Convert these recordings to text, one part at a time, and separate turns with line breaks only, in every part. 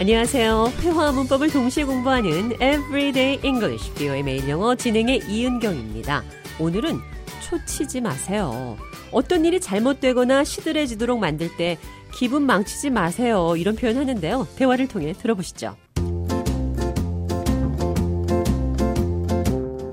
안녕하세요. 회화와 문법을 동시에 공부하는 Everyday English BO의 매일 영어 진행의 이은경입니다. 오늘은 초치지 마세요. 어떤 일이 잘못되거나 시들해지도록 만들 때 기분 망치지 마세요. 이런 표현 하는데요. 대화를 통해 들어보시죠.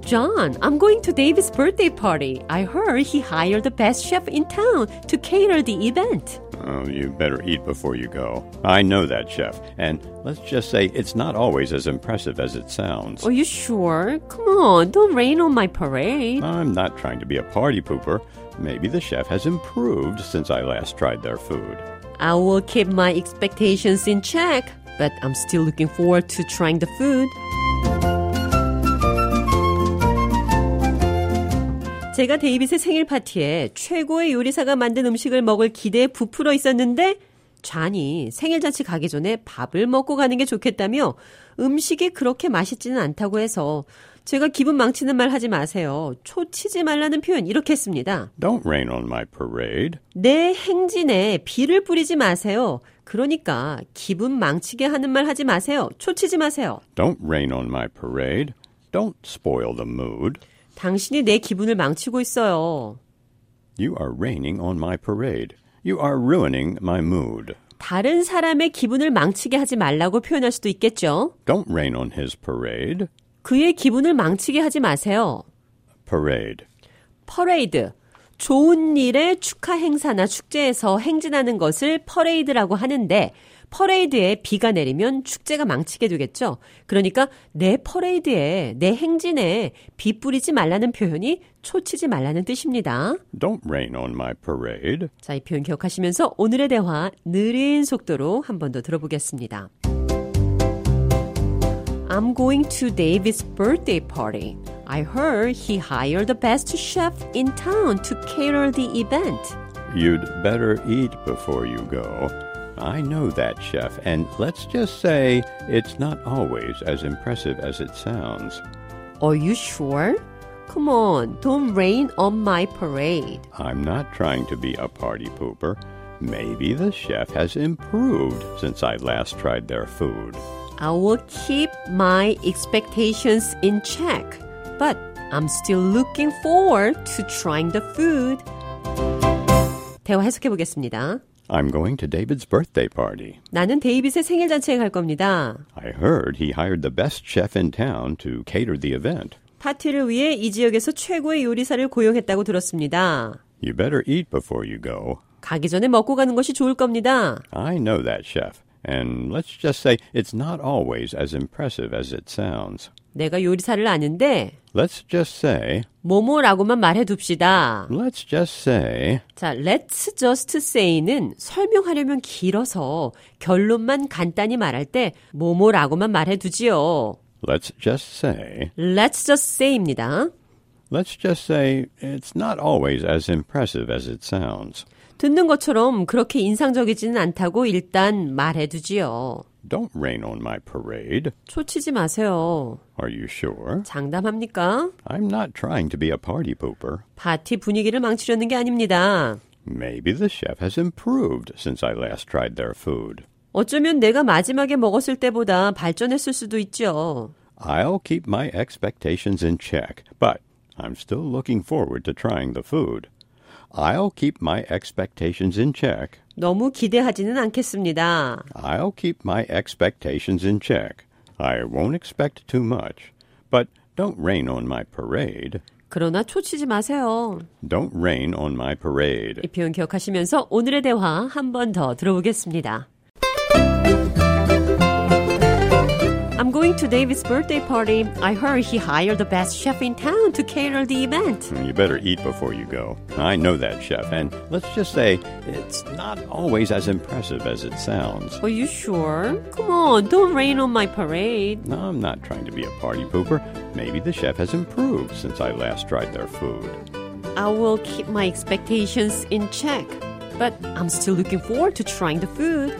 John, I'm going to David's birthday party. I heard he hired the best chef in town to cater the event.
Oh, you better eat before you go. I know that, chef. And let's just say it's not always as impressive as it sounds.
Are you sure? Come on, don't rain on my parade.
I'm not trying to be a party pooper. Maybe the chef has improved since I last tried their food.
I will keep my expectations in check, but I'm still looking forward to trying the food. 제가 데이빗의 생일 파티에 최고의 요리사가 만든 음식을 먹을 기대에 부풀어 있었는데 잔이 생일 잔치 가기 전에 밥을 먹고 가는 게 좋겠다며 음식이 그렇게 맛있지는 않다고 해서 제가 기분 망치는 말 하지 마세요. 초치지 말라는 표현 이렇게 했습니다.
Don't rain on my parade.
내 행진에 비를 뿌리지 마세요. 그러니까 기분 망치게 하는 말 하지 마세요. 초치지 마세요.
Don't rain on my parade. Don't spoil the mood.
당신이 내 기분을 망치고 있어요.
You are raining on my parade. You are ruining my mood.
다른 사람의 기분을 망치게 하지 말라고 표현할 수도 있겠죠.
Don't rain on his parade.
그의 기분을 망치게 하지 마세요.
Parade.
퍼레이드. 좋은 일에 축하 행사나 축제에서 행진하는 것을 퍼레이드라고 하는데 퍼레이드에 비가 내리면 축제가 망치게 되겠죠. 그러니까 내 퍼레이드에 내 행진에 비 뿌리지 말라는 표현이 초치지 말라는 뜻입니다.
Don't rain on my parade.
자, 이 표현 기억하시면서 오늘의 대화 느린 속도로 한 번 더 들어보겠습니다. I'm going to David's birthday party. I heard he hired the best chef in town to cater the event.
You'd better eat before you go. I know that, chef, and let's just say it's not always as impressive as it sounds.
Are you sure? Come on, don't rain on my parade.
I'm not trying to be a party pooper. Maybe the chef has improved since I last tried their food.
I will keep my expectations in check, but I'm still looking forward to trying the food. 대화 해석해 보겠습니다.
I'm going to David's birthday party.
나는 데이빗의 생일 잔치에 갈 겁니다.
I heard he hired the best chef in town to cater the event.
파티를 위해 이 지역에서 최고의 요리사를 고용했다고 들었습니다.
You better eat before you go.
가기 전에 먹고 가는 것이 좋을 겁니다.
I know that, chef, and let's just say it's not always as impressive as it sounds.
내가 요리사를 아는데
Let's just say,
뭐뭐라고만 말해둡시다.
let's just say,
자, let's just say는 설명하려면 길어서 결론만 간단히 말할 때 뭐뭐라고만 말해두지요.
let's just say,
Let's just say입니다.
let's just say it's not always as impressive as it sounds.
듣는 것처럼 그렇게 인상적이지는 않다고 일단 말해두지요.
Don't rain on my parade.
초치지 마세요.
Are you sure?
장담합니까?
I'm not trying to be a party pooper.
파티 분위기를 망치려는 게 아닙니다.
Maybe the chef has improved since I last tried their food.
어쩌면 내가 마지막에 먹었을 때보다 발전했을 수도 있죠.
I'll keep my expectations in check, but I'm still looking forward to trying the food. I'll keep my expectations in check.
너무 기대하지는 않겠습니다.
I'll keep my expectations in check. I won't expect too much, but don't rain on my parade.
그러나 초치지 마세요.
Don't rain on my parade.
이 표현 기억하시면서 오늘의 대화 한 번 더 들어보겠습니다. I'm going to David's birthday party. I heard he hired the best chef in town to cater the event.
You better eat before you go. I know that, chef, and let's just say it's not always as impressive as it sounds.
Are you sure? Come on, don't rain on my parade.
No, I'm not trying to be a party pooper. Maybe the chef has improved since I last tried their food.
I will keep my expectations in check, but I'm still looking forward to trying the food.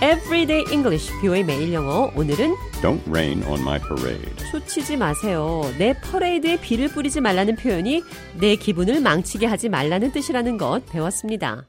Everyday English, 뷰의 매일 영어. 오늘은
Don't rain on my parade.
소치지 마세요. 내 퍼레이드에 비를 뿌리지 말라는 표현이 내 기분을 망치게 하지 말라는 뜻이라는 것 배웠습니다.